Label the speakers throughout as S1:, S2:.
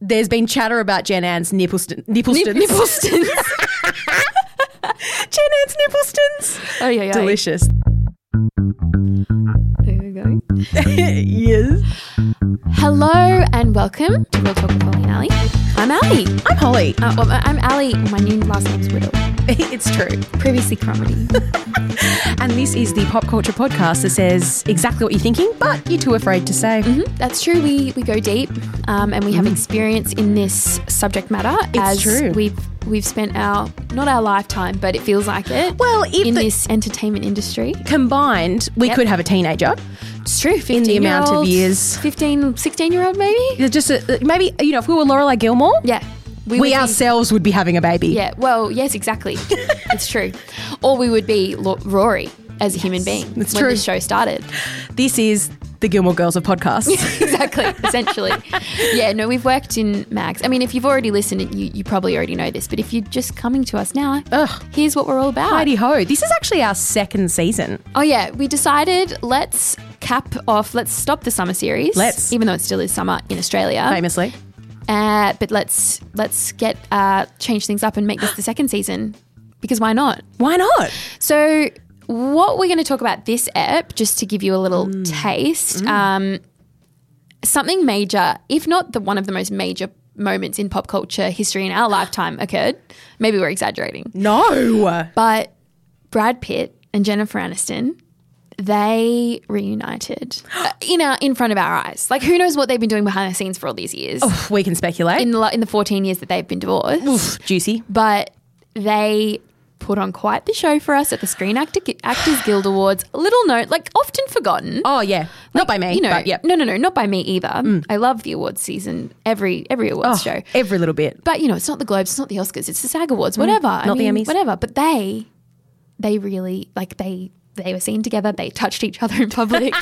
S1: there's been chatter about Jen Ann's Nippleston. Nippleston.
S2: Nipplestons.
S1: Jen Ann's Nipplestons.
S2: Oh, yeah, yeah.
S1: Delicious.
S2: There we go.
S1: yes.
S2: Hello and welcome to Real Talk with Holly and Ali. I'm Ali.
S1: I'm Holly.
S2: Uh, well, I'm Ali. My new last name's Whittle.
S1: It's true.
S2: Previously Cromedy.
S1: And this is the pop culture podcast that says exactly what you're thinking, but you're too afraid to say.
S2: That's true. We we go deep, um, and we have experience in this subject matter.
S1: Mm.
S2: as
S1: true.
S2: We've we've spent our not our lifetime, but it feels like it.
S1: Well, if
S2: in
S1: the-
S2: this entertainment industry,
S1: Combined, we
S2: Yep.
S1: could have a teenager.
S2: it's true. 15
S1: the amount of years.
S2: 15, 16 year old maybe.
S1: There's Just a, uh, maybe you know, if we were Lorelai Gilmore,
S2: Yeah,
S1: we,
S2: would be-
S1: ourselves would be having a baby.
S2: Yeah. Well, yes, exactly. it's true. Or we would be Lo- Rory as a human being
S1: it's
S2: when
S1: true.
S2: the show started.
S1: This is the Gilmore Girls of podcasts.
S2: exactly, essentially. Yeah, no, we've worked in mags. I mean, if you've already listened, you, you probably already know this, but if you're just coming to us now,
S1: Ugh.
S2: here's what we're all about.
S1: Heidi ho! This is actually our second season.
S2: Oh, yeah, we decided let's cap off, let's stop the summer series.
S1: Let's.
S2: Even though it still is summer in Australia.
S1: Famously,
S2: Uh, but let's let's get uh, change things up and make this the second season because why not?
S1: why not?
S2: So, what we're going to talk about this ep, just to give you a little taste, um, something major, if not the one of the most major moments in pop culture history in our lifetime occurred. Maybe we're exaggerating,
S1: No,
S2: but Brad Pitt and Jennifer Aniston. They reunited uh, in our in front of our eyes. Like, who knows what they've been doing behind the scenes for all these years?
S1: we can speculate.
S2: In the lo- in the fourteen years that they've been divorced,
S1: Juicy.
S2: but they put on quite the show for us at the Screen Actor, Actors Guild Awards. Little note, like often forgotten.
S1: Oh yeah, not by me.
S2: You know,
S1: but Mm. yeah.
S2: no, no, no, not by me either. I love the awards season, every every awards
S1: oh,
S2: show.
S1: Every little bit.
S2: But you know, it's not the Globes, it's not the Oscars, it's the SAG Awards, whatever. I
S1: Mm. not the
S2: mean,
S1: Emmys.
S2: whatever. But they, they really like they they were seen together. They touched each other in public.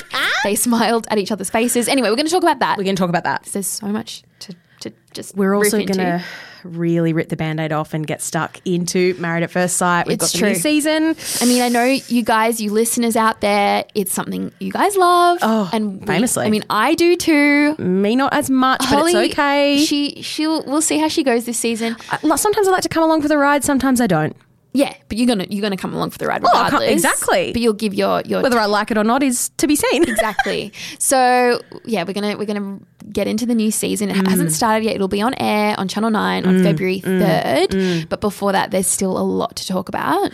S2: they smiled at each other's faces. Anyway, we're going to talk about that.
S1: We're going to talk about that.
S2: There's so much to to just.
S1: We're also
S2: going
S1: going to really rip the band-aid off and get stuck into Married at First Sight. We've
S2: It's
S1: got the new
S2: true.
S1: season.
S2: I mean, I know you guys, you listeners out there, it's something you guys love.
S1: Oh,
S2: we-
S1: famously.
S2: I mean, I do too.
S1: Me not as much, but it's okay.
S2: She she'll we'll see how she goes this season.
S1: I- sometimes I like to come along for the ride, sometimes I don't.
S2: Yeah, but you're gonna you're gonna come along for the ride
S1: I can't-
S2: regardless.
S1: exactly.
S2: But you'll give your your
S1: Whether I like it or not is to be seen.
S2: exactly. So yeah, we're gonna we're gonna get into the new season. It
S1: Mm.
S2: hasn't started yet. It'll be on air on Channel Nine on February third.
S1: mm.
S2: But before that, there's still a lot to talk about.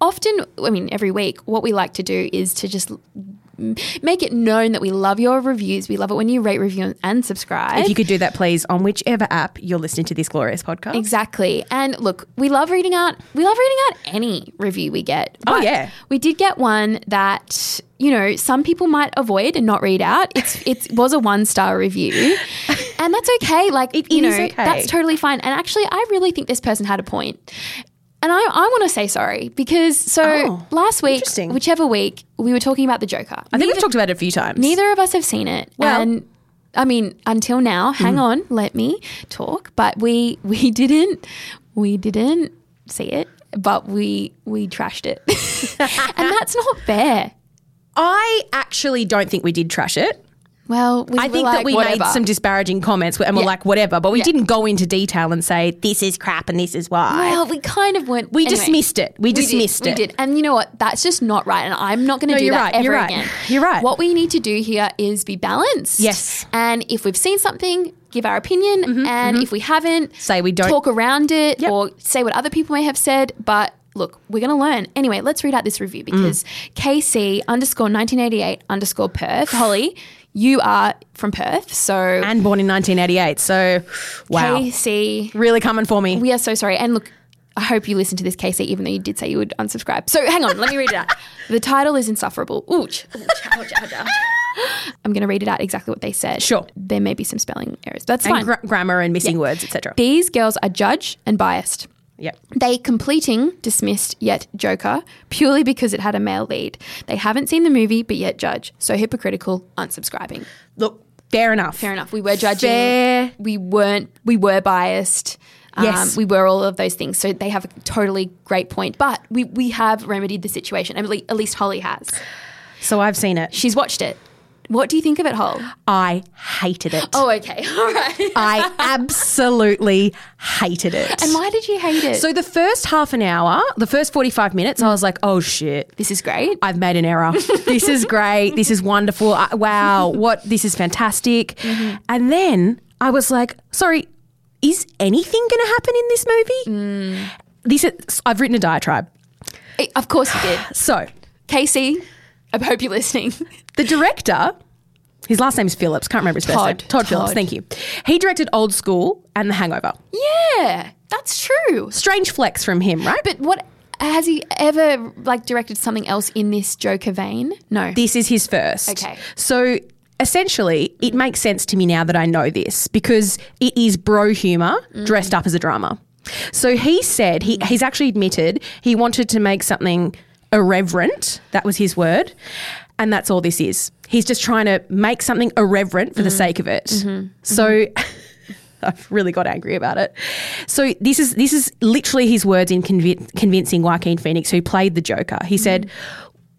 S2: Often, I mean, every week, what we like to do is to just m- make it known that we love your reviews. We love it when you rate, review, and subscribe.
S1: If you could do that, please, on whichever app you're listening to this glorious podcast.
S2: Exactly. And look, we love reading out we love reading out any review we get.
S1: Oh, yeah.
S2: We did get one that, you know, some people might avoid and not read out. It's it was a one star review. And that's okay. Like
S1: It
S2: you know,
S1: is okay.
S2: that's totally fine. And actually I really think this person had a point. And I, I want to say sorry because so
S1: Oh,
S2: last week,
S1: interesting.
S2: whichever week, we were talking about the Joker.
S1: I think we've talked about it a few times.
S2: Neither of us have seen it.
S1: Well- Mm-hmm.
S2: and I mean, until now, hang on, let me talk. But we we didn't we didn't see it, but we we trashed it. and that's not fair.
S1: I actually don't think we did trash it.
S2: Well, we
S1: I think that we made some disparaging comments and we're
S2: Yeah.
S1: like, whatever, but we
S2: Yeah.
S1: didn't go into detail and say, this is crap and this is why.
S2: Well, we kind of went.
S1: we
S2: anyway,
S1: dismissed it. We
S2: we did,
S1: dismissed
S2: we
S1: it.
S2: did. And you know what? That's just not right. And I'm not going to
S1: No,
S2: do
S1: you're
S2: that
S1: right.
S2: ever
S1: You're right.
S2: again.
S1: You're right.
S2: What we need to do here is be balanced.
S1: Uh, Yes. Mm-hmm,
S2: And if we've seen something, give our opinion. and if we haven't,
S1: Say we don't-
S2: talk around it
S1: Yep.
S2: or say what other people may have said. But look, we're going to learn. Anyway, let's read out this
S1: Mm.
S2: review because KC underscore 1988 underscore Perth. Holly, you are from Perth. So
S1: And born in 1988. So, wow.
S2: KC.
S1: Really coming for me.
S2: We are so sorry. And look, I hope you listen to this, Casey, even though you did say you would unsubscribe. So hang on, let me read it out. The title is insufferable. Ouch. Ouch, ouch, ouch, ouch. I'm going to read it out exactly what they said.
S1: Sure.
S2: There may be some spelling errors. That's
S1: and
S2: fine.
S1: gra- grammar and missing words, etc.
S2: These girls are judged and biased.
S1: Yep.
S2: They completing dismissed yet Joker purely because it had a male lead. They haven't seen the movie but yet judge. So hypocritical, unsubscribing.
S1: Look, fair enough.
S2: Fair enough. We were judging.
S1: Fair.
S2: We weren't. We were biased. Um,
S1: Yes.
S2: we were all of those things. So they have a totally great point. But we we have remedied the situation. At le- at least Holly has.
S1: So I've seen it.
S2: She's watched it. What do you think of it, Hol?
S1: I hated it.
S2: Oh, okay. All right.
S1: I absolutely hated it.
S2: and why did you hate it?
S1: so the first half an hour, the first 45 minutes, I was like, oh shit.
S2: this is great.
S1: I've made an error. this is great. This is wonderful. I- wow, what this is fantastic.
S2: Mm-hmm.
S1: And then I was like, sorry, is anything going to happen in this movie?
S2: Mm.
S1: This is, I've written a diatribe.
S2: Eh, of course you did.
S1: So,
S2: Casey, I hope you're listening.
S1: the director, his last name is Phillips. Can't remember his first name.
S2: Todd.
S1: Todd, Phillips.
S2: Todd.
S1: Thank you. He directed Old School and The Hangover.
S2: yeah, that's true.
S1: Strange flex from him, right?
S2: But what has he ever like directed something else in this Joker vein? No.
S1: This is his first.
S2: Okay.
S1: So essentially, it makes sense to me now that I know this because it is bro humor dressed up as a drama. So he said he, he's actually admitted he wanted to make something irreverent. That was his word. And that's all this is. He's just trying to make something irreverent for the sake of it. So I've really got angry about it. So this is this is literally his words in convin- convincing Joaquin Phoenix, who played the Joker. He said,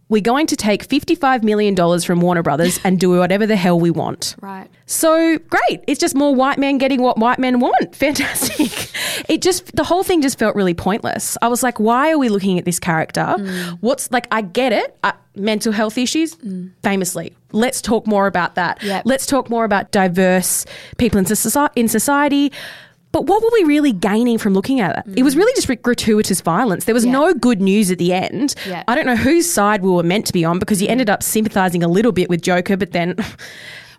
S1: "We're going to take fifty-five million dollars from Warner Brothers and do whatever the hell we want."
S2: right.
S1: So great! It's just more white men getting what white men want. Fantastic! it just the whole thing just felt really pointless. I was like, why are we looking at this character?
S2: Mm.
S1: What's like? I get it. Uh, mental health issues, famously. Let's talk more about that.
S2: Yep.
S1: Let's talk more about diverse people in society. In society. But what were we really gaining from looking at it? It was really just gratuitous violence. There was
S2: Mm. Yeah.
S1: no good news at the end.
S2: Yeah.
S1: I don't know whose side we were meant to be on because you ended up sympathizing a little bit with Joker, but then.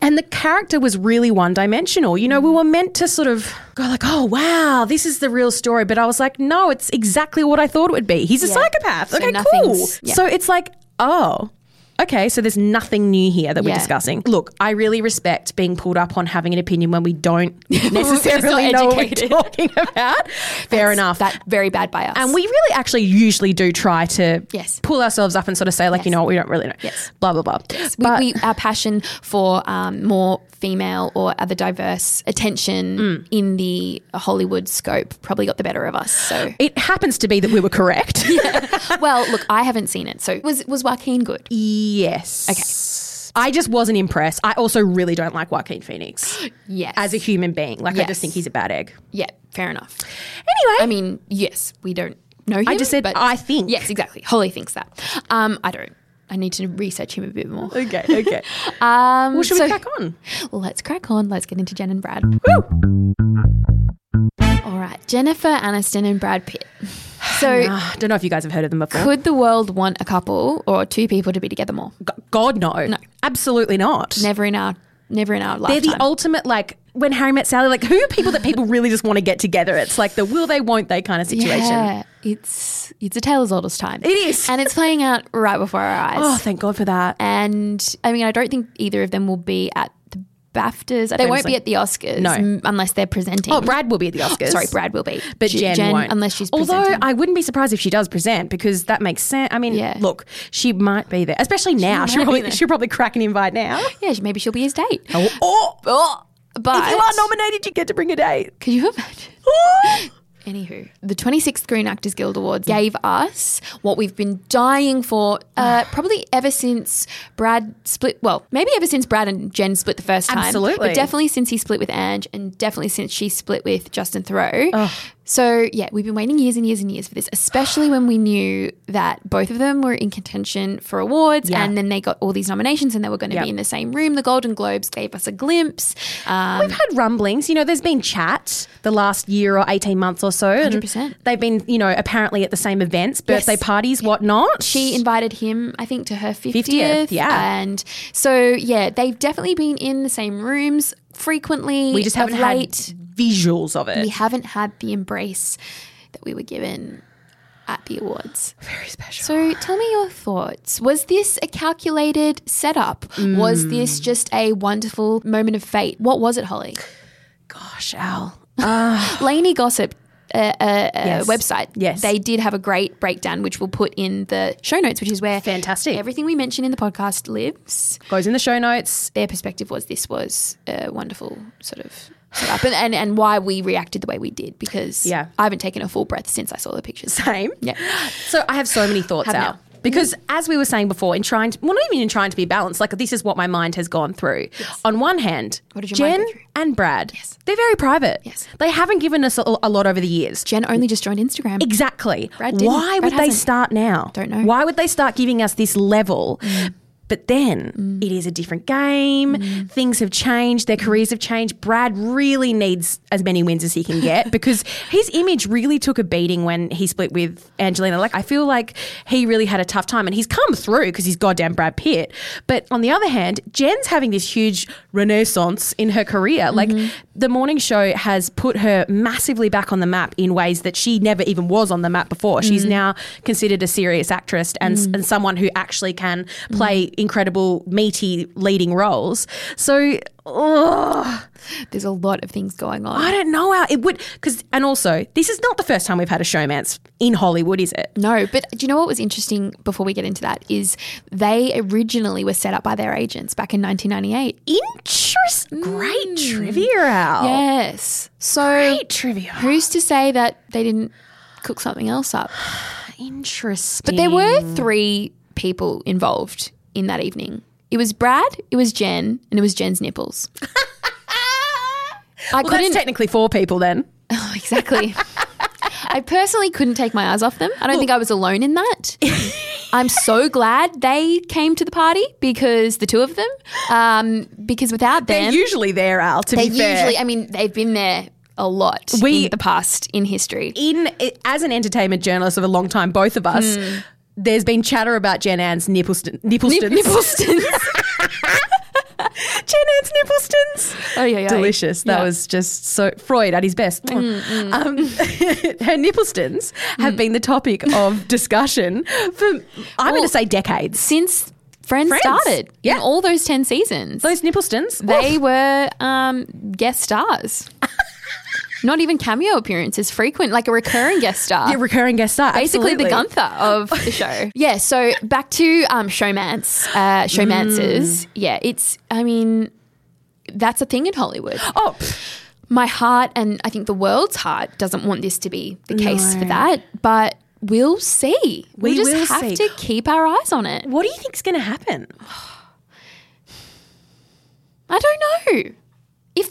S1: And the character was really one dimensional. You know, we were meant to sort of go like, oh, wow, this is the real story. But I was like, no, it's exactly what I thought it would be. He's a
S2: Yeah.
S1: psychopath.
S2: So
S1: okay, cool.
S2: nothing's- yeah.
S1: So it's like, oh, okay, so there's nothing new here that we're
S2: Yeah.
S1: discussing. Look, I really respect being pulled up on having an opinion when we don't necessarily
S2: We're just
S1: know
S2: not
S1: what we're
S2: educated.
S1: talking about. Fair enough.
S2: That very bad bias.
S1: And we really actually usually do try to
S2: Yes.
S1: pull ourselves up and sort of say, like, you
S2: Yes.
S1: know what, we don't really know.
S2: Yes.
S1: Blah, blah, blah.
S2: we,
S1: But
S2: we, our passion for um, more female or other diverse attention
S1: Mm.
S2: in the Hollywood scope probably got the better of us. So,
S1: it happens to be that we were correct.
S2: well, look, I haven't seen it. So, was was Joaquin good?
S1: yes. Okay. I just wasn't impressed. I also really don't like Joaquin Phoenix
S2: Yes.
S1: as a human being. Like, I
S2: Yes.
S1: just think he's a bad egg.
S2: yeah, fair enough.
S1: Anyway,
S2: I mean, yes, we don't know him.
S1: I just said,
S2: but
S1: I think.
S2: yes, exactly. Holly thinks that. Um, I don't. I need to research him a bit more.
S1: Okay, okay.
S2: Um,
S1: well, should
S2: so
S1: we crack on?
S2: Let's crack on. Let's get into Jen and Brad.
S1: Woo!
S2: All right, Jennifer Aniston and Brad Pitt. So,
S1: Ah, don't know if you guys have heard of them before.
S2: could the world want a couple or two people to be together more?
S1: G- God, no. No. Absolutely not.
S2: Never in our, never in our
S1: They're
S2: lifetime.
S1: the ultimate, like, when Harry met Sally, like, who are people that people really just want to get together? It's like the will they, won't they kind of situation.
S2: Yeah, it's it's a tale as old as time. It
S1: is.
S2: and it's playing out right before our eyes.
S1: Oh, thank God for that.
S2: And I mean, I don't think either of them will be at the BAFTAs. They won't
S1: Famously.
S2: be at the Oscars,
S1: No.
S2: m- unless they're presenting.
S1: Oh, Brad will be at the Oscars.
S2: Sorry, Brad will be,
S1: But
S2: J-
S1: Jen, won't.
S2: unless she's
S1: Although
S2: presenting.
S1: I wouldn't be surprised if she does present because that makes sense. I mean,
S2: Yeah.
S1: look, she might be there, especially now. She
S2: might be
S1: probably
S2: there.
S1: she'll probably crack an invite now.
S2: yeah, maybe she'll be his date.
S1: Oh,
S2: Oh, but
S1: if you are nominated, you get to bring a date.
S2: could you imagine?
S1: Oh.
S2: Anywho, the 26th Screen Actors Guild Awards gave us what we've been dying for, uh,
S1: Ah.
S2: probably ever since Brad split. Well, maybe ever since Brad and Jen split the first time.
S1: Absolutely.
S2: But definitely since he split with Ange, and definitely since she split with Justin Thoreau. So yeah, we've been waiting years and years and years for this, especially when we knew that both of them were in contention for awards,
S1: Yeah.
S2: and then they got all these nominations, and they were going to
S1: Yep.
S2: be in the same room. The Golden Globes gave us a glimpse. Um,
S1: We've had rumblings. You know, there's been chat the last year or 18 months or so. and
S2: 100%.
S1: They've been, you know, apparently at the same events, birthday parties, whatnot.
S2: she invited him, I think, to her 50th.
S1: 50th, yeah.
S2: And so, yeah, they've definitely been in the same rooms frequently.
S1: we just haven't
S2: of
S1: had
S2: late.
S1: visuals of it.
S2: We haven't had the embrace that we were given at the awards.
S1: Very special.
S2: So tell me your thoughts. Was this a calculated setup?
S1: Mm.
S2: Was this just a wonderful moment of fate? What was it, Holly?
S1: Gosh, Al.
S2: Laney Gossip. Uh, uh, uh, Website.
S1: Yes.
S2: They did have a great breakdown, which we'll put in the show notes, which is where
S1: Fantastic.
S2: everything we mention in the podcast lives.
S1: Goes in the show notes.
S2: their perspective was this was a wonderful sort of setup and, and, and why we reacted the way we did because
S1: Yeah.
S2: I haven't taken a full breath since I saw the pictures.
S1: Same.
S2: Yeah.
S1: So I have so many thoughts
S2: Have
S1: out
S2: now. Mm-hmm.
S1: Because as we were saying before, in trying to, well, not even in trying to be balanced, like this is what my mind has gone through. On one hand,
S2: What did your mind
S1: Jen
S2: go through?
S1: and Brad, they're very private.
S2: Yes.
S1: They haven't given us a, a lot over the years.
S2: Jen only just joined Instagram.
S1: Exactly.
S2: Brad didn't.
S1: Why
S2: Brad
S1: would they
S2: hasn't.
S1: start now?
S2: Don't know. Mm.
S1: Why would they start giving us this level? But then it is a different game. Things have changed. Their careers have changed. Brad really needs as many wins as he can get because his image really took a beating when he split with Angelina. Like, I feel like he really had a tough time and he's come through because he's goddamn Brad Pitt. But on the other hand, Jen's having this huge renaissance in her career. Like,
S2: Mm-hmm.
S1: the morning show has put her massively back on the map in ways that she never even was on the map before. She's
S2: Mm-hmm.
S1: now considered a serious actress and,
S2: Mm.
S1: and someone who actually can
S2: Mm-hmm.
S1: play incredible, meaty leading roles. So, ugh,
S2: There's a lot of things going on.
S1: I don't know how it would. Because, and also, this is not the first time we've had a showmance in Hollywood, is it?
S2: No, but do you know what was interesting before we get into that is they originally were set up by their agents back in 1998.
S1: Interest. Great
S2: Mm.
S1: trivia, Al.
S2: Yes. So
S1: Oh. Great trivia.
S2: who's to say that they didn't cook something else up?
S1: Interesting.
S2: But there were
S1: Hmm.
S2: three people involved in that evening. It was Brad, it was Jen, and it was Jen's nipples. I
S1: Well, that's
S2: couldn't
S1: technically four people then.
S2: Oh, exactly. I personally couldn't take my eyes off them. I don't think I was alone in that. I'm so glad they came to the party because the two of them, um, because without
S1: They're
S2: them,
S1: usually there, Al, to
S2: they
S1: be fair.
S2: usually, I mean, they've been there a lot
S1: We-
S2: in the past in history.
S1: in as an entertainment journalist of a long time, both of us, there's been chatter about Jen Ann's Nippleston, Nipplestons.
S2: Nipplestons.
S1: Jen Ann's Nipplestons.
S2: Oh, yeah, yeah.
S1: Delicious. That
S2: Yeah.
S1: was just so Freud at his best. Um, her Nipplestons have been the topic of discussion for, I'm going to say, decades.
S2: since Friends,
S1: Friends.
S2: started.
S1: Yeah.
S2: in all those ten seasons,
S1: Those Nipplestons,
S2: they were um, guest stars. Not even cameo appearances, frequent, like a recurring guest star.
S1: a recurring guest star.
S2: basically
S1: absolutely.
S2: the Gunther of the show. yeah. So back to um, showmance, uh, showmances.
S1: Mm.
S2: Yeah, it's. I mean, that's a thing in Hollywood.
S1: Oh, pff,
S2: My heart, and I think the world's heart, doesn't want this to be the case for that, but. We'll see. We,
S1: We
S2: just
S1: will
S2: have
S1: see.
S2: to keep our eyes on it.
S1: what do you think's going to happen?
S2: I don't know if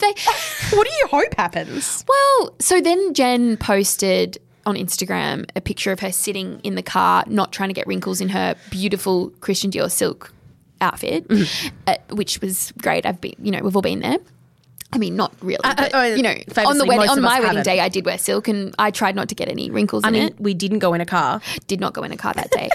S2: they.
S1: What do you hope happens?
S2: Well, so then Jen posted on Instagram a picture of her sitting in the car, not trying to get wrinkles in her beautiful Christian Dior silk outfit,
S1: Mm.
S2: uh, which was great. I've been, you know, we've all been there. I mean, not really, but,
S1: uh,
S2: you know, on the
S1: famously,
S2: wedding,
S1: most
S2: on
S1: of us
S2: my wedding
S1: haven't.
S2: day, I did wear silk, and I tried not to get any wrinkles
S1: I
S2: in
S1: mean,
S2: it.
S1: we didn't go in a car.
S2: Did not go in a car that day.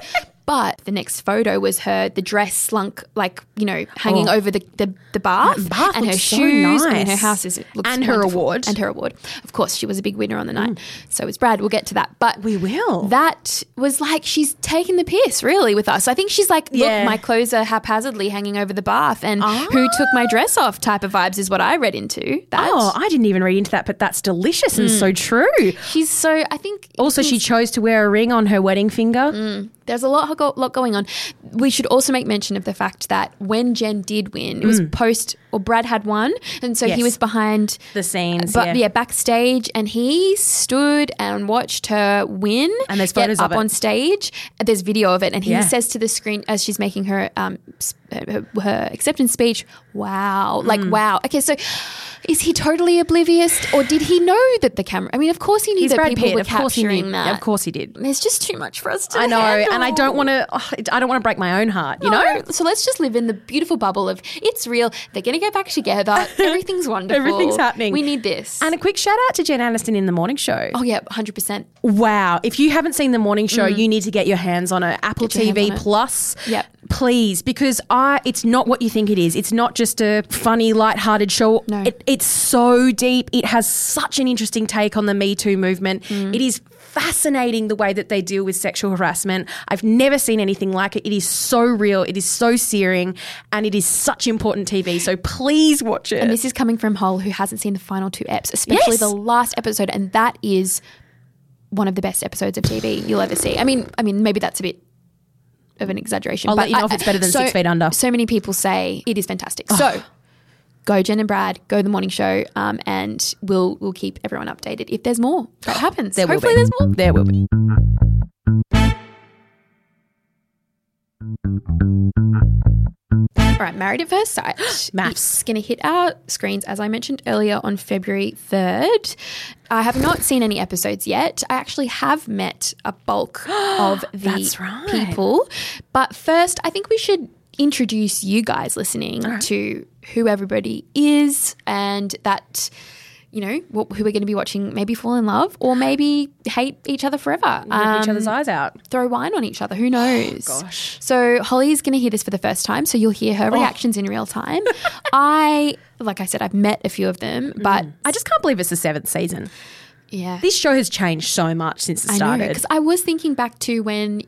S2: But the next photo was her, the dress slunk, like, you know, hanging over the, the, the bath,
S1: Oh. bath
S2: and her
S1: looks so
S2: shoes and her
S1: nice.
S2: house is, looks
S1: And her
S2: wonderful.
S1: award. Mm.
S2: And her award. Of course, she was a big winner on the night. So was Brad. We'll get to that. But
S1: We will.
S2: That was like, she's taking the piss, really, with us. I think she's like, look,
S1: Yeah. Ah.
S2: my clothes are haphazardly hanging over the bath and who took my dress off type of vibes is what I read into that.
S1: Oh, I didn't even read into that, but that's delicious and so true.
S2: She's so, I think.
S1: Also, she chose to wear a ring on her wedding finger.
S2: There's a lot, go- lot going on. We should also make mention of the fact that when Jen did win, it was post or Brad had won, and so
S1: Mm. Yes.
S2: he was behind.
S1: The scenes,
S2: But yeah.
S1: yeah.
S2: backstage, and he stood and watched her win.
S1: And there's
S2: get
S1: photos of
S2: up
S1: it.
S2: on stage. There's video of it, and he
S1: Yeah.
S2: says to the screen as she's making her um s- her, her acceptance speech, "Wow, like
S1: Mm.
S2: wow." Okay, so is he totally oblivious, or did he know that the camera? I mean, of course he knew
S1: He's
S2: that
S1: Brad
S2: people
S1: Pitt,
S2: were
S1: of course he
S2: capturing
S1: did.
S2: that.
S1: Of course he did.
S2: There's just too much for us to
S1: I know, and I don't
S2: handle.
S1: want to. I don't want to break my own heart. You know,
S2: No, so let's just live in the beautiful bubble of it's real. They're going to get back together. Everything's wonderful.
S1: Everything's happening.
S2: We need this.
S1: And a quick shout out to Jen Aniston in the morning show.
S2: oh yeah, hundred percent.
S1: Wow! If you haven't seen the morning show, you need to get your hands on it. Apple
S2: Mm. your hands
S1: TV
S2: on it.
S1: Plus,
S2: Yep.
S1: please, because I it's not what you think it is. It's not just a funny, light-hearted show.
S2: No.
S1: It, it's so deep. It has such an interesting take on the Me Too movement.
S2: Mm.
S1: It is fascinating the way that they deal with sexual harassment. I've never seen anything like it. It is so real. It is so searing, and it is such important TV. So please watch it.
S2: This is coming from Hole, who hasn't seen the final two eps, especially
S1: Yes.
S2: the last episode, and that is one of the best episodes of TV you'll ever see. I mean, I mean, maybe that's a bit of an exaggeration. I'll
S1: let you know if it's better than Six Feet Under.
S2: So many people say it is fantastic. So. Go Jen and Brad, go the morning show, um, and we'll we'll keep everyone updated if there's more
S1: Oh,
S2: that happens.
S1: there will
S2: Hopefully
S1: be.
S2: there's more.
S1: There will be.
S2: All right, Married at First Sight.
S1: Maths.
S2: It's going to hit our screens, as I mentioned earlier, on February 3rd. I have not seen any episodes yet. I actually have met a bulk of the
S1: That's right.
S2: people. But first, I think we should introduce you guys listening to who everybody is and that. You know what, who we're going to be watching? Maybe fall in love, or maybe hate each other forever.
S1: Rip each
S2: Um,
S1: other's eyes out.
S2: throw wine on each other. Who knows?
S1: Oh, gosh. Oh.
S2: So Holly's going to hear this for the first time, so you'll hear her reactions in real time. I, like I said, I've met a few of them, but
S1: I just can't believe it's the seventh season.
S2: yeah,
S1: Mm. This show has changed so much since it
S2: I know
S1: started.
S2: because I was thinking back to when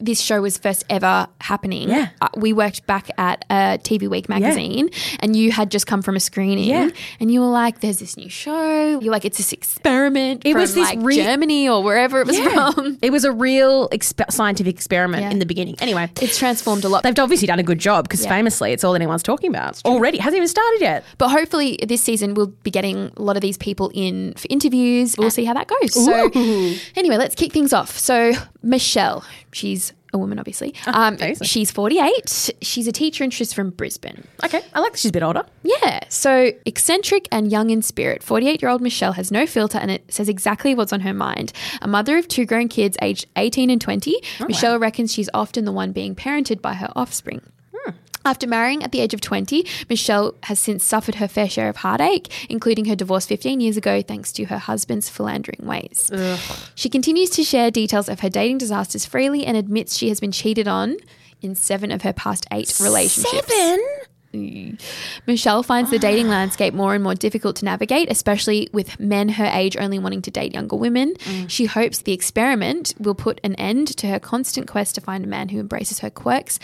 S2: this show was first ever happening.
S1: Yeah.
S2: Uh, we worked back at a TV Week magazine, and you had just come from a screening,
S1: Yeah.
S2: and you were like, "There's this new show." You're like, "It's this experiment." It
S1: was this
S2: like
S1: re-
S2: Germany or wherever it was
S1: Yeah.
S2: from.
S1: Um, It was a real exp- scientific experiment
S2: Yeah.
S1: in the beginning. Anyway,
S2: It's transformed a lot.
S1: they've obviously done a good job because famously it's all anyone's talking about already. It hasn't even started yet.
S2: But hopefully, this season we'll be getting a lot of these people in for interviews. We'll see how that goes. So, anyway, let's kick things off. So, Michelle, she's a woman, obviously. Um,
S1: obviously.
S2: she's 48. She's a teacher and she's from Brisbane.
S1: Okay, I like that she's a bit older.
S2: Yeah. So, eccentric and young in spirit, 48 year old Michelle has no filter and it says exactly what's on her mind. A mother of two grown kids aged 18 and 20, Michelle reckons she's often the one being parented by her offspring. After marrying at the age of 20, Michelle has since suffered her fair share of heartache, including her divorce 15 years ago thanks to her husband's philandering ways. She continues to share details of her dating disasters freely and admits she has been cheated on in seven of her past eight relationships. Michelle finds the dating landscape more and more difficult to navigate, especially with men her age only wanting to date younger women. She hopes the experiment will put an end to her constant quest to find a man who embraces her quirks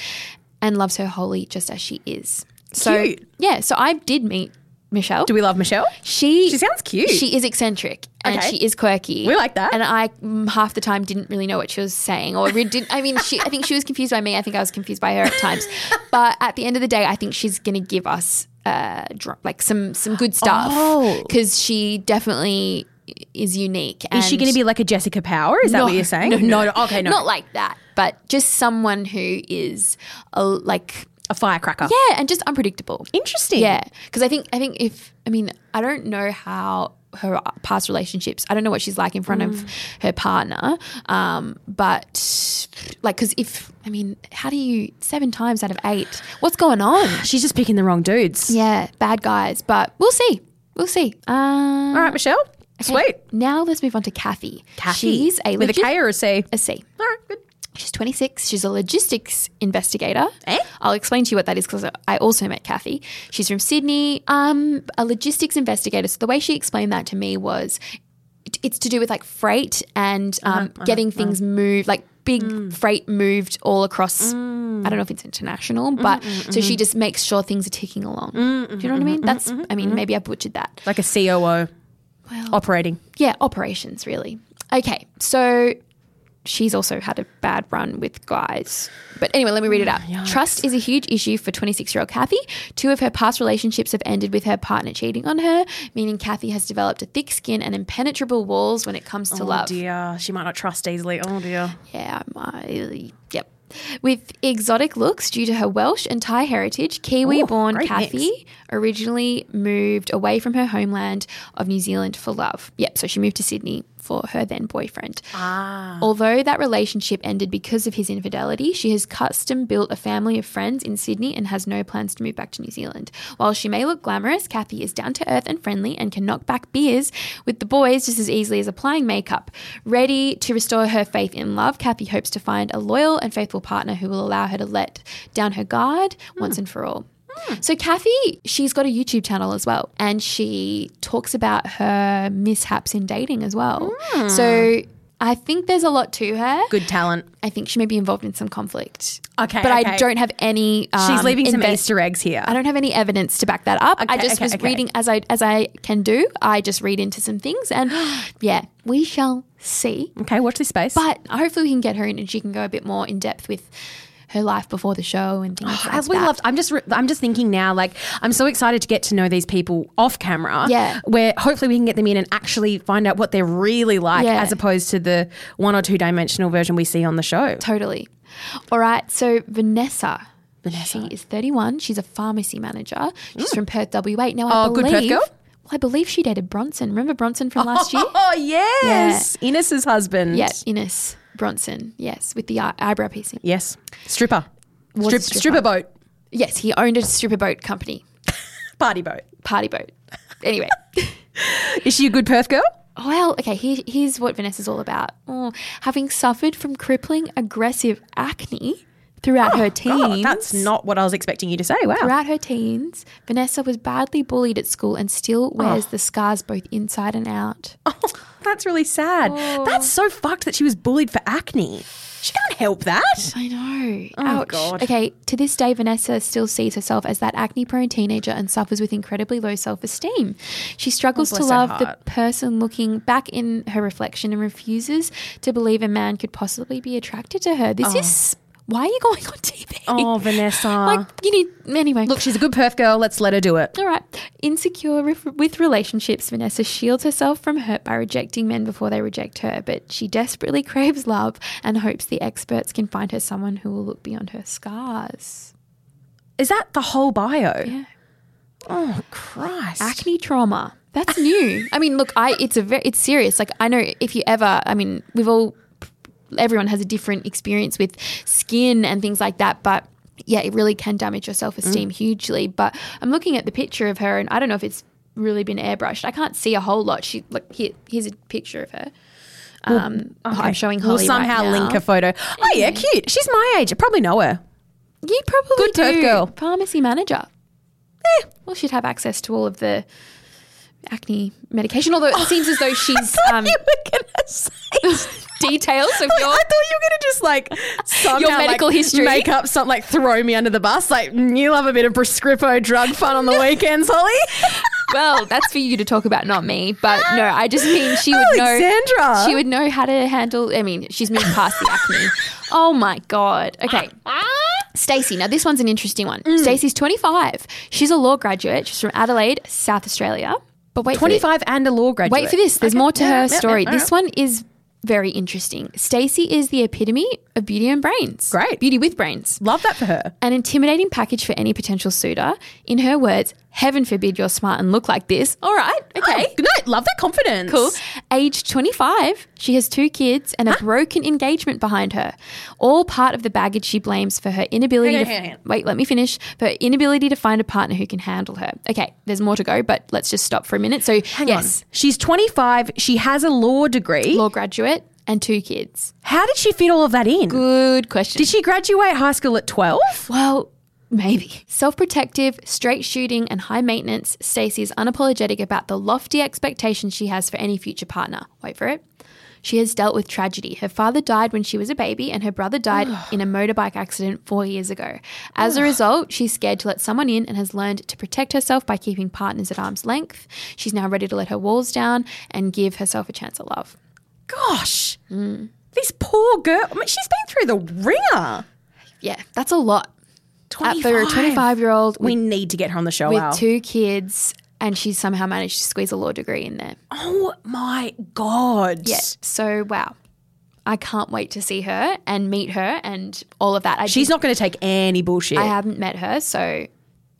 S2: and loves her wholly just as she is. So,
S1: Cute.
S2: yeah, so I did meet Michelle.
S1: Do we love Michelle?
S2: she
S1: She sounds cute.
S2: She is eccentric and
S1: Okay.
S2: she is quirky.
S1: We like that.
S2: And I mm, half the time didn't really know what she was saying, or re- didn't. I mean, she. I think she was confused by me. I think I was confused by her at times. but at the end of the day, I think she's going to give us uh, dr- like some some good stuff
S1: Oh.
S2: because she definitely is unique. And
S1: Is she going to be like a Jessica Power? Is that what you're saying?
S2: No, no,
S1: Okay, no.
S2: not like that, but just someone who is a, like
S1: a firecracker.
S2: yeah, and just unpredictable.
S1: Interesting.
S2: Yeah, because I think I think if I mean I don't know how her past relationships. I don't know what she's like in front
S1: Mm.
S2: of her partner. Um, but like, because if I mean, how do you seven times out of eight? What's going on?
S1: Oh, She's just picking the wrong dudes.
S2: yeah, bad guys. But we'll see. We'll see. Um,
S1: All right, Michelle. Sweet.
S2: Now let's move on to Kathy.
S1: Kathy.
S2: She's a
S1: with a
S2: legit-
S1: K or a C.
S2: a C.
S1: All right, good.
S2: She's 26. She's a logistics investigator.
S1: Eh?
S2: I'll explain to you what that is because I also met Kathy. She's from Sydney. Um, a logistics investigator. So the way she explained that to me was, it- it's to do with like freight and um, getting things moved, like big freight moved all across. I don't know if it's international, but so she just makes sure things are ticking along. Do you know what I mean? That's. I mean, maybe I butchered that.
S1: Like a COO
S2: Well,
S1: operating.
S2: yeah, operations really. Okay, so she's also had a bad run with guys. But anyway, let me read it out. Trust is a huge issue for 26 year old Kathy. Two of her past relationships have ended with her partner cheating on her, meaning Kathy has developed a thick skin and impenetrable walls when it comes to love.
S1: Oh, dear. She might not trust easily. Oh, dear.
S2: Yeah, my, yep. With exotic looks due to her Welsh and Thai heritage, Kiwi born
S1: Ooh, great mix.
S2: Kathy originally moved away from her homeland of New Zealand for love. Yep, so she moved to Sydney for her then boyfriend. Ah. Although that relationship ended because of his infidelity, she has custom built a family of friends in Sydney and has no plans to move back to New Zealand. While she may look glamorous, Kathy is down to earth and friendly and can knock back beers with the boys just as easily as applying makeup. Ready to restore her faith in love, Kathy hopes to find a loyal and faithful partner who will allow her to let down her guard once and for all. So Kathy, she's got a YouTube channel as well, and she talks about her mishaps in dating as well. So I think there's a lot to her.
S1: Good talent.
S2: I think she may be involved in some conflict.
S1: Okay,
S2: but I
S1: okay.
S2: don't have any. Um,
S1: She's leaving some
S2: inve-
S1: Easter eggs here.
S2: I don't have any evidence to back that up. I
S1: Okay,
S2: just
S1: okay,
S2: was
S1: okay.
S2: reading as I as I can do. I just read into some things, and yeah, we shall see.
S1: Okay, watch this space.
S2: But hopefully, we can get her in, and she can go a bit more in depth with her life before the show and things like
S1: As we
S2: that.
S1: loved, I'm just re- I'm just thinking now. Like I'm so excited to get to know these people off camera.
S2: Yeah.
S1: where hopefully we can get them in and actually find out what they're really like,
S2: Yeah.
S1: as opposed to the one or two dimensional version we see on the show.
S2: Totally. All right. So Vanessa.
S1: Vanessa. Mm.
S2: She is 31. She's a pharmacy manager. She's from Perth, WA. Now, I
S1: Oh, good
S2: believe,
S1: Perth girl.
S2: Well, I believe she dated Bronson. Remember Bronson from last year?
S1: Oh yes, Ines' husband.
S2: Yeah, Ines Bronson. Yes, with the eye- eyebrow piercing.
S1: Yes. Stripper.
S2: Was
S1: Strip,
S2: a
S1: stripper.
S2: stripper.
S1: boat.
S2: Yes, he owned a stripper boat company,
S1: Party boat.
S2: party boat. Anyway. Oh,
S1: Is she a good Perth girl?
S2: Well, okay, here, here's what Vanessa's all about. Oh, having suffered from crippling aggressive acne throughout her
S1: Oh, God,
S2: teens.
S1: that's not what I was expecting you to say. Wow.
S2: Throughout her teens, Vanessa was badly bullied at school and still wears the scars both inside and out.
S1: Oh, that's really sad. That's so fucked that she was bullied for acne. She can't help that.
S2: I know. Ouch.
S1: God.
S2: Okay, to this day, Vanessa still sees herself as that acne prone teenager and suffers with incredibly low self esteem. She struggles to
S1: bless her
S2: love the
S1: heart.
S2: person looking back in her reflection and refuses to believe a man could possibly be attracted to her. This is. Why are you going on TV?
S1: Oh, Vanessa.
S2: Like, you need. Anyway.
S1: Look, she's a good Perth girl. Let's let her do it.
S2: All right. Insecure ref- with relationships, Vanessa shields herself from hurt by rejecting men before they reject her, but she desperately craves love and hopes the experts can find her someone who will look beyond her scars.
S1: Is that the whole bio?
S2: Yeah.
S1: Oh, Christ.
S2: Acne trauma. That's new. I mean, look, I it's a very, it's serious. Like I know if you ever, I mean, we've all everyone has a different experience with skin and things like that, but yeah, it really can damage your
S1: Mm.
S2: self-esteem hugely. But I'm looking at the picture of her and I don't know if it's really been airbrushed. I can't see a whole lot. She look here here's a picture of her. Um I'm showing Holly
S1: We'll somehow
S2: right now.
S1: link a photo. Oh, yeah, cute. She's my age. I probably know her.
S2: You probably
S1: Good Perth
S2: do.
S1: girl.
S2: Pharmacy manager. Eh, well, she'd have access to all of the acne medication. Although it seems as though she's um,
S1: you were going to say.
S2: details of
S1: Wait, I
S2: your.
S1: thought you were going to just like somehow like,
S2: medical history.
S1: make up something, like throw me under the bus. Like, mm, you love a bit of prescrippo drug fun on the weekends, Holly.
S2: Well, that's for you to talk about, not me. But no, I just mean she would know.
S1: Oh, Alexandra.
S2: She would know how to handle. I mean, she's moved past the acne. Oh my god. Okay. Stacey, now this one's an interesting one.
S1: Mm.
S2: Stacey's 25. She's a law graduate. She's from Adelaide, South Australia. But wait, for this.
S1: 25 and a law graduate.
S2: Wait for this. There's more to
S1: yeah,
S2: her
S1: yeah, yeah,
S2: story.
S1: all
S2: this
S1: right.
S2: one is very interesting. Stacey is the epitome of beauty and brains.
S1: Great.
S2: Beauty with brains.
S1: Love that for her.
S2: An intimidating package for any potential suitor. In her words, heaven forbid you're smart and look like this. All right. Okay.
S1: Oh, no, love that confidence.
S2: Cool. Age 25, she has two kids and a broken engagement behind her. All part of the baggage she blames for her inability
S1: Hang on,
S2: to
S1: hang on.
S2: wait, let me finish. For her inability to find a partner who can handle her. Okay, there's more to go, but let's just stop for a minute. So, yes,
S1: She's 25. She has a law degree.
S2: law graduate and two kids.
S1: How did she fit all of that in?
S2: Good question.
S1: Did she graduate high school at 12?
S2: well, maybe. Self-protective, straight shooting and high maintenance, Stacey is unapologetic about the lofty expectations she has for any future partner. Wait for it. She has dealt with tragedy. Her father died when she was a baby and her brother died in a motorbike accident 4 years ago. As a result, she's scared to let someone in and has learned to protect herself by keeping partners at arm's length. She's now ready to let her walls down and give herself a chance at love.
S1: Gosh.
S2: Mm.
S1: This poor girl. I mean, she's been through the ringer.
S2: Yeah, that's a lot.
S1: 25.
S2: For a 25 year old
S1: We need to get her on the show.
S2: with
S1: Al.
S2: two kids and she somehow managed to squeeze a law degree in there.
S1: oh my God.
S2: Yeah. So wow. I can't wait to see her and meet her and all of that. I
S1: She's
S2: did-
S1: not going to take any bullshit.
S2: I haven't met her, so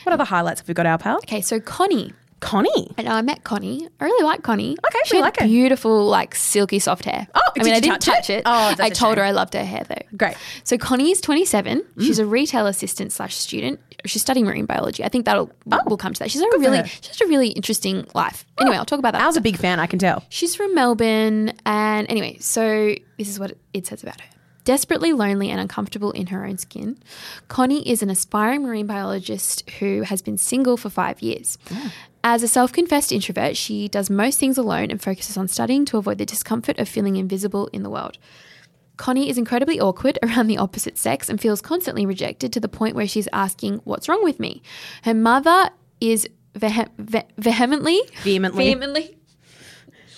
S1: what other highlights have we got, our pal?
S2: okay, so Connie.
S1: Connie.
S2: And I met Connie. I really like Connie.
S1: Okay,
S2: she
S1: we
S2: had
S1: like her.
S2: beautiful, like silky soft hair.
S1: Oh,
S2: I
S1: did
S2: mean, I
S1: you
S2: didn't
S1: touch
S2: touch
S1: it?
S2: it.
S1: Oh, that's
S2: I
S1: a
S2: told her
S1: shame.
S2: I loved her hair though.
S1: Great. Mm-hmm.
S2: So Connie is 27. She's a retail assistant slash student. She's studying marine biology. I think that'll we'll come to that. She's had a
S1: Oh. her. Oh.
S2: really she's had a really interesting life. Anyway, I'll talk about that.
S1: Al's a big fan, I can tell.
S2: She's from Melbourne. And anyway, so this is what it says about her. Desperately lonely and uncomfortable in her own skin, Connie is an aspiring marine biologist who has been single for five years. As a self confessed introvert, she does most things alone and focuses on studying to avoid the discomfort of feeling invisible in the world. Connie is incredibly awkward around the opposite sex and feels constantly rejected to the point where she's asking, What's wrong with me? Her mother is vehe- ve- vehemently,
S1: Vehemently.
S2: vehemently,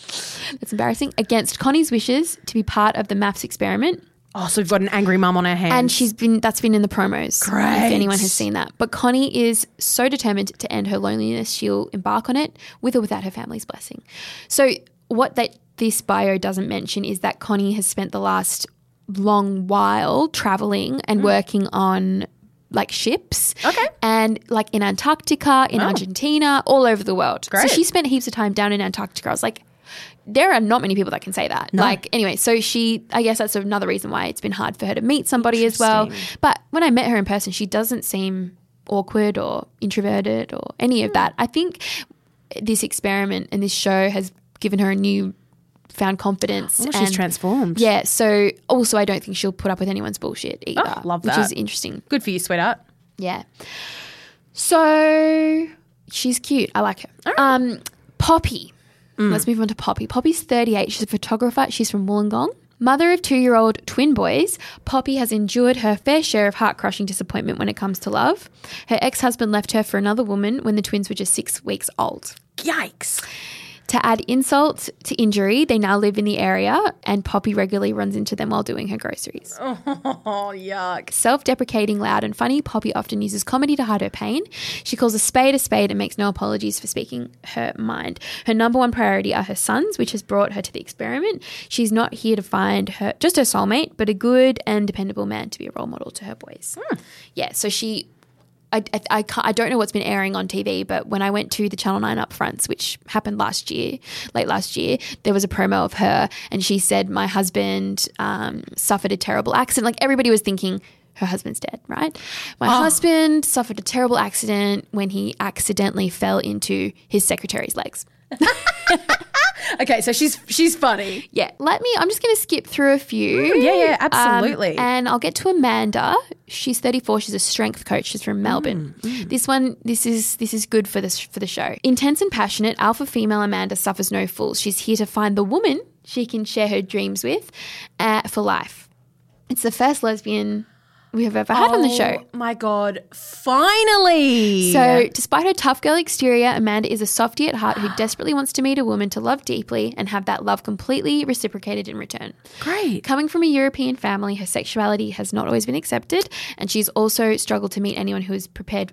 S2: that's embarrassing, against Connie's wishes to be part of the maths experiment.
S1: Oh, so we've got an angry mum on her hands.
S2: And she's been that's been in the promos.
S1: Great.
S2: If anyone has seen that. But Connie is so determined to end her loneliness, she'll embark on it with or without her family's blessing. So what that this bio doesn't mention is that Connie has spent the last long while traveling and working on like ships.
S1: Mm. Okay.
S2: And like in Antarctica, in Argentina, all over the world.
S1: Great.
S2: So she spent heaps of time down in Antarctica. I was like, there are not many people that can say that. Like, anyway, so she, I guess that's another reason why it's been hard for her to meet somebody as well. But when I met her in person, she doesn't seem awkward or introverted or any
S1: Hmm.
S2: of that. I think this experiment and this show has given her a new found confidence.
S1: Oh, she's
S2: and-
S1: transformed.
S2: Yeah. So also, I don't think she'll put up with anyone's bullshit either.
S1: Ah, love
S2: Which is
S1: that.
S2: interesting.
S1: Good for you, sweetheart.
S2: Yeah. So she's cute. I like her. Um, Poppy. Let's move on to Poppy. Poppy's 38. She's a photographer. She's from Wollongong. Mother of two year old twin boys, Poppy has endured her fair share of heart crushing disappointment when it comes to love. Her ex husband left her for another woman when the twins were just six weeks old.
S1: Yikes.
S2: To add insult to injury, they now live in the area, and Poppy regularly runs into them while doing her groceries.
S1: Oh, yuck.
S2: Self deprecating, loud, and funny, Poppy often uses comedy to hide her pain. She calls a spade a spade and makes no apologies for speaking her mind. Her number one priority are her sons, which has brought her to the experiment. She's not here to find her just her soulmate, but a good and dependable man to be a role model to her boys. Yeah, so she. I, I, I, can't, I don't know what's been airing on TV, but when I went to the Channel 9 upfronts, which happened last year, late last year, there was a promo of her and she said, My husband um, suffered a terrible accident. Like everybody was thinking, her husband's dead, right? My husband suffered a terrible accident when he accidentally fell into his secretary's legs.
S1: Okay, so she's she's funny.
S2: Yeah, let me. I'm just going to skip through a few.
S1: yeah, yeah,
S2: Um,
S1: absolutely.
S2: and I'll get to Amanda. She's 34. She's a strength coach. She's from Melbourne.
S1: Mm,
S2: This one, this is this is good for this for the show. Intense and passionate, alpha female Amanda suffers no fools. She's here to find the woman she can share her dreams with uh, for life. It's the first lesbian we have ever had on the show.
S1: Oh my god! Finally.
S2: So, despite her tough girl exterior, Amanda is a softie at heart who desperately wants to meet a woman to love deeply and have that love completely reciprocated in return.
S1: great.
S2: Coming from a European family, her sexuality has not always been accepted, and she's also struggled to meet anyone who is prepared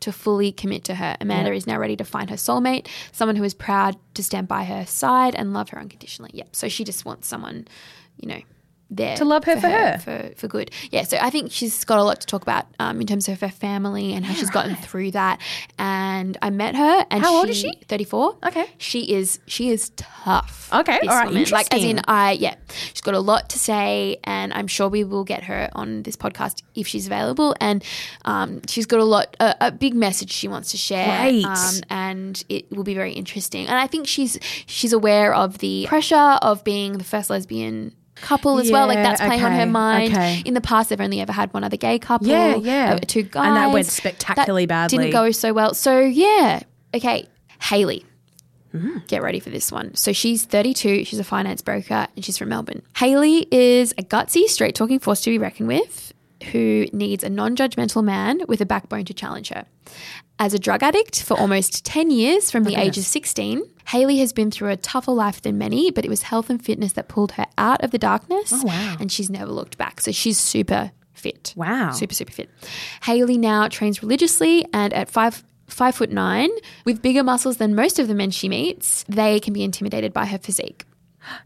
S2: to fully commit to her. Amanda is now ready to find her soulmate, someone who is proud to stand by her side and love her unconditionally. Yep. So she just wants someone, you know, there to
S1: love her for her.
S2: for, for good. Yeah, so I think she's got a lot to talk about um, in terms of her family and how she's gotten through that. And I met her, and
S1: How old is she?
S2: Thirty four.
S1: Okay.
S2: she is she is tough.
S1: Okay,
S2: this
S1: all right,
S2: Like as in,
S1: interesting.
S2: I yeah, she's got a lot to say, and I'm sure we will get her on this podcast if she's available. And um, she's got a lot, a, a big message she wants to share,
S1: Great.
S2: um, and it will be very interesting. And I think she's she's aware of the pressure of being the first lesbian couple as well like
S1: Yeah,
S2: that's playing on her
S1: okay,
S2: mind
S1: okay.
S2: in the past they've only ever had one other gay couple
S1: Yeah, yeah.
S2: uh, two guys
S1: And that went
S2: That
S1: spectacularly badly.
S2: didn't go so well so yeah okay Haley get ready for this one. So she's 32, she's a finance broker, and she's from Melbourne. Haley is a gutsy, straight talking force to be reckoned with who needs a non judgmental man with a backbone to challenge her. As a drug addict for almost 10 years
S1: Oh,
S2: from the age of 16, Haley has been through a tougher life than many, but it was health and fitness that pulled her out of the darkness.
S1: Oh, wow.
S2: And she's never looked back. So she's super fit.
S1: Wow.
S2: Super, super fit. Haley now trains religiously and at five five foot nine, with bigger muscles than most of the men she meets, they can be intimidated by her physique.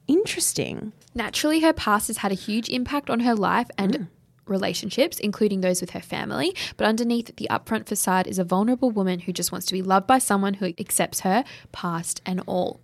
S1: Interesting.
S2: Naturally, her past has had a huge impact on her life and relationships, including those with her family. But underneath the upfront facade is a vulnerable woman who just wants to be loved by someone who accepts her, past and all.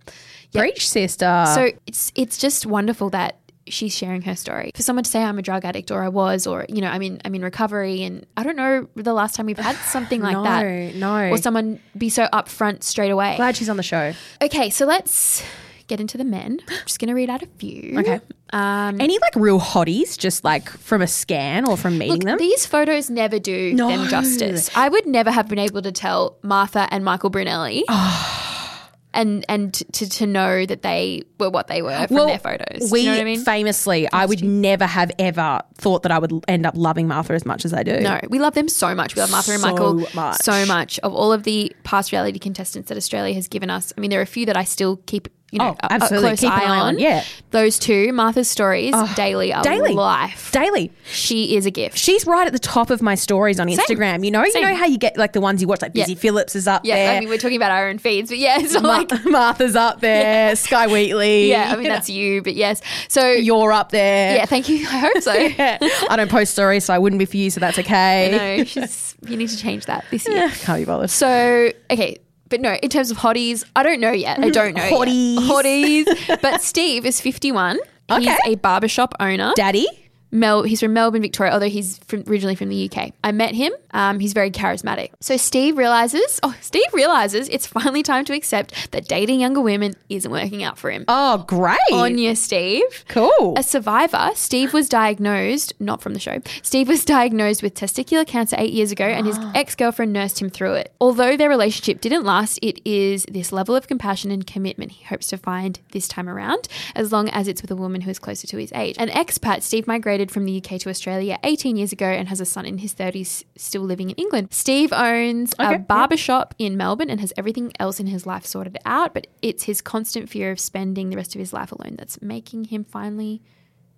S2: Yet
S1: Preach, sister.
S2: so it's it's just wonderful that she's sharing her story. For someone to say I'm a drug addict or I was or you know, I'm in I'm in recovery and I don't know the last time we've had something like
S1: no,
S2: that.
S1: no.
S2: Or someone be so upfront straight away.
S1: Glad she's on the show.
S2: Okay, so let's get into the men. I'm just gonna read out a few.
S1: Okay.
S2: Um
S1: Any like real hotties, just like from a scan or from meeting them?
S2: These photos never do them justice. I would never have been able to tell Martha and Michael Brunelli.
S1: Ah.
S2: And and to, to know that they were what they were from their photos.
S1: We
S2: do you know what I mean?
S1: famously, I would never have ever thought that I would end up loving Martha as much as I do.
S2: No, we love them so much. We love Martha and
S1: So
S2: Michael
S1: much.
S2: so much. Of all of the past reality contestants that Australia has given us, I mean, there are a few that I still keep you know,
S1: Oh,
S2: a- a
S1: absolutely.
S2: close
S1: Keep an
S2: eye,
S1: eye on,
S2: on.
S1: yeah. Oh,
S2: Those two, Martha's stories, daily are
S1: daily.
S2: life.
S1: Daily.
S2: she is a gift.
S1: She's right at the top of my stories on Instagram. You know,
S2: Same.
S1: you know how you get like the ones you watch, like Busy
S2: Yeah.
S1: Phillips is up
S2: yeah,
S1: there.
S2: I mean, we're talking about our own feeds, but yeah, it's not
S1: Ma-
S2: like,
S1: Martha's up there, Sky Wheatley.
S2: yeah, I mean, that's you, but yes. So,
S1: you're up there.
S2: yeah, thank you. I hope so.
S1: Yeah. I don't post stories, so I wouldn't be for you, so that's okay.
S2: No, she's, you need to change that this year.
S1: Eh, Can't be bothered.
S2: So, okay. But no, in terms of hotties, I don't know yet. I don't know. yet.
S1: Hotties.
S2: Hotties. but Steve is 51. He's
S1: Okay.
S2: a barbershop owner.
S1: Daddy?
S2: Mel, he's from Melbourne, Victoria, although he's from, originally from the UK. I met him. Um, he's very charismatic. So Steve realizes, oh, Steve realizes it's finally time to accept that dating younger women isn't working out for him.
S1: Oh, great.
S2: On you, Steve.
S1: cool.
S2: A survivor, Steve was diagnosed, not from the show, Steve was diagnosed with testicular cancer eight years ago and his ex girlfriend nursed him through it. Although their relationship didn't last, it is this level of compassion and commitment he hopes to find this time around, as long as it's with a woman who is closer to his age. An expat, Steve migrated from the UK to Australia 18 years ago and has a son in his 30s still living in England. Steve owns a
S1: Okay, yeah.
S2: barbershop in Melbourne and has everything else in his life sorted out, but it's his constant fear of spending the rest of his life alone that's making him finally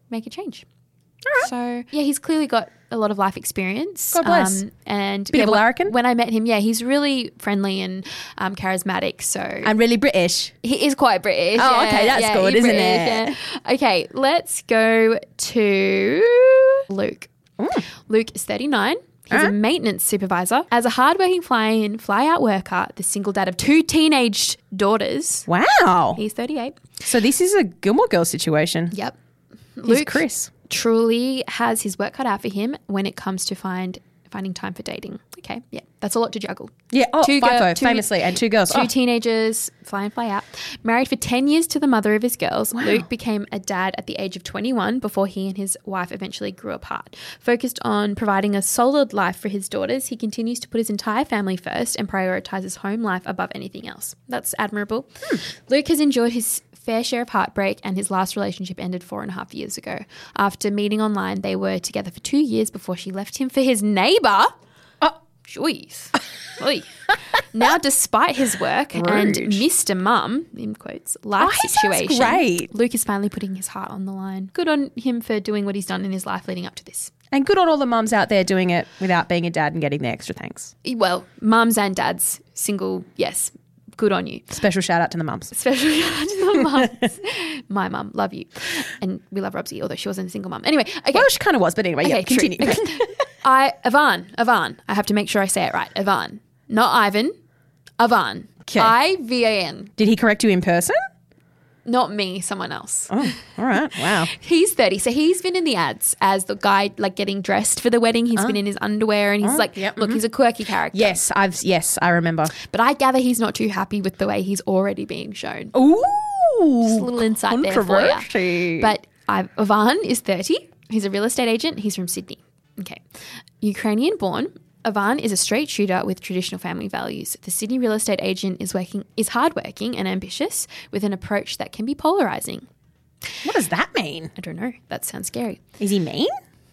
S2: make a change. So yeah, he's clearly got a lot of life experience. um,
S1: God bless.
S2: and
S1: Bit
S2: yeah,
S1: of a
S2: when-
S1: larrikin.
S2: When I met him, yeah, he's really friendly and um, charismatic. So
S1: I'm really British.
S2: he is quite British.
S1: Oh, okay, that's good,
S2: he's
S1: isn't
S2: yeah. Okay, let's go to Luke.
S1: Mm,
S2: Luke is 39. He's a
S1: Alright.
S2: maintenance supervisor. As a hardworking fly-in, fly-out worker, the single dad of two teenaged daughters.
S1: Wow.
S2: He's 38.
S1: So this is a Gilmore Girl situation.
S2: Yep.
S1: He's Chris.
S2: truly has his work cut out for him when it comes to find finding time for dating. Okay, yeah, that's a lot to juggle.
S1: Yeah. Oh,
S2: Two girl-
S1: FIFO,
S2: two-
S1: famously, and two girls.
S2: Two
S1: Oh,
S2: teenagers, fly and fly out. Married for 10 years to the mother of his girls, Luke became a dad at the age of 21 before he and his wife eventually grew apart. Focused on providing a solid life for his daughters, he continues to put his entire family first and prioritizes home life above anything else. That's admirable. Luke has endured his fair share of heartbreak, and his last relationship ended four and a half years ago. After meeting online, they were together for two years before she left him for his neighbor.
S1: Oh.
S2: Jeez. Oi. now, despite his work and
S1: Rude.
S2: Mr. Mum, in quotes, life
S1: Oh, he sounds
S2: situation,
S1: great.
S2: Luke is finally putting his heart on the line. Good on him for doing what he's done in his life leading up to this.
S1: and good on all the mums out there doing it without being a dad and getting the extra thanks.
S2: E, Well, mums and dads, single, yes, good on you.
S1: Special shout out to the mums.
S2: Special shout out to the mums. My mum, love you. And we love Robsy, although she wasn't a single mum. Anyway, okay.
S1: Well, she kind of was, but anyway, yeah,
S2: Okay, true.
S1: continue.
S2: I Ivan, Ivan. I have to make sure I say it right. Ivan, not Ivan. Ivan.
S1: Okay.
S2: I V A N.
S1: Did he correct you in person?
S2: Not me, someone else.
S1: Oh, all right. Wow.
S2: He's 30, so he's been in the ads as the guy like getting dressed for the wedding. He's been in his underwear and he's like,
S1: yep,
S2: look, he's a quirky character.
S1: Yes, I've yes, I remember.
S2: But I gather he's not too happy with the way he's already being shown.
S1: Ooh,
S2: Just a little insight there for you.
S1: controversy.
S2: But I, Ivan is 30. He's a real estate agent. He's from Sydney. Okay. Ukrainian born. Ivan is a straight shooter with traditional family values. The Sydney real estate agent is working is hardworking and ambitious with an approach that can be polarizing.
S1: what does that mean?
S2: I don't know. That sounds scary.
S1: Is he mean?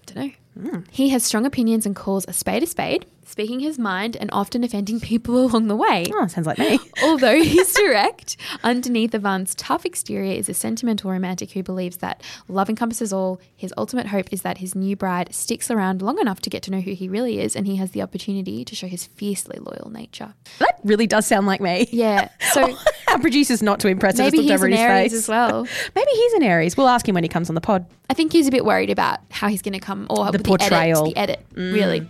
S2: Don't know.
S1: Hmm.
S2: He has strong opinions and calls a spade a spade, speaking his mind and often offending people along the way.
S1: Oh, sounds like me.
S2: Although he's direct, underneath Ivan's tough exterior is a sentimental romantic who believes that love encompasses all. His ultimate hope is that his new bride sticks around long enough to get to know who he really is and he has the opportunity to show his fiercely loyal nature.
S1: That really does sound like me.
S2: Yeah. So
S1: Our producer's not too impressed. I
S2: maybe
S1: just Oh, looked
S2: he's
S1: over
S2: an
S1: at his
S2: Aries
S1: face.
S2: as well.
S1: Maybe he's an Aries. We'll ask him when he comes on the pod.
S2: I think he's a bit worried about how he's going to come or the,
S1: portrayal. Mm.
S2: edit, the edit really.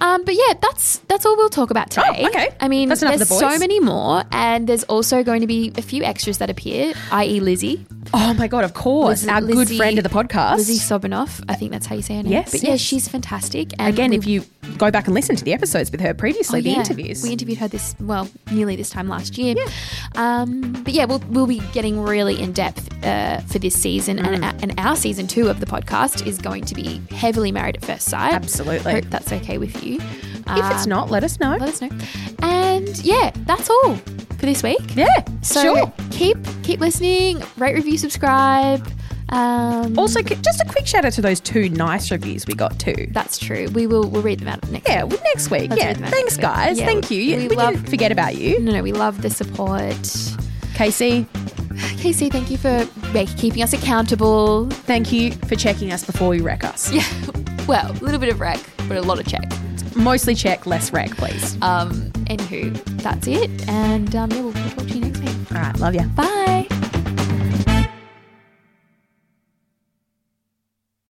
S2: Um, but yeah, that's that's all we'll talk about today.
S1: Oh, okay.
S2: I mean,
S1: That's enough of
S2: there's
S1: the boys.
S2: so many more, and there's also going to be a few extras that appear, i.e., Lizzie,
S1: Oh my god! Of course,
S2: Liz-
S1: our good
S2: Lizzie-
S1: friend of the podcast.
S2: Lizzie Sobanoff. I think that's how you say her name.
S1: Yes,
S2: but yeah,
S1: yes.
S2: she's fantastic. And
S1: Again,
S2: we-
S1: if you go back and listen to the episodes with her previously, the
S2: Oh, yeah,
S1: interviews.
S2: we interviewed her this well, nearly this time last year. Um, but yeah, we'll we'll be getting really in depth uh, for this season,
S1: Mm.
S2: and and our season two of the podcast is going to be heavily married at first sight.
S1: Absolutely.
S2: hope that's okay with you.
S1: if it's not, let us know.
S2: let us know. And yeah, that's all for this week.
S1: yeah,
S2: So
S1: sure.
S2: keep keep listening, rate, review, subscribe. Um,
S1: Also, c- just a quick shout out to those two nice reviews we got too.
S2: that's true. We will we'll read them out next.
S1: Yeah, well, next week.
S2: Let's
S1: yeah,
S2: read them out
S1: thanks,
S2: next week.
S1: guys.
S2: Yeah,
S1: Thank you.
S2: we
S1: We, we
S2: love-
S1: didn't forget about you,
S2: No, no, we love the support.
S1: Casey.
S2: Casey, thank you for make, keeping us accountable.
S1: Thank you for checking us before you wreck us.
S2: Yeah. Well, a little bit of wreck, but a lot of check.
S1: Mostly check, less wreck, please.
S2: Um, anywho, that's it. And um, yeah, we'll, we'll talk to you next week.
S1: All right, love you.
S2: Bye.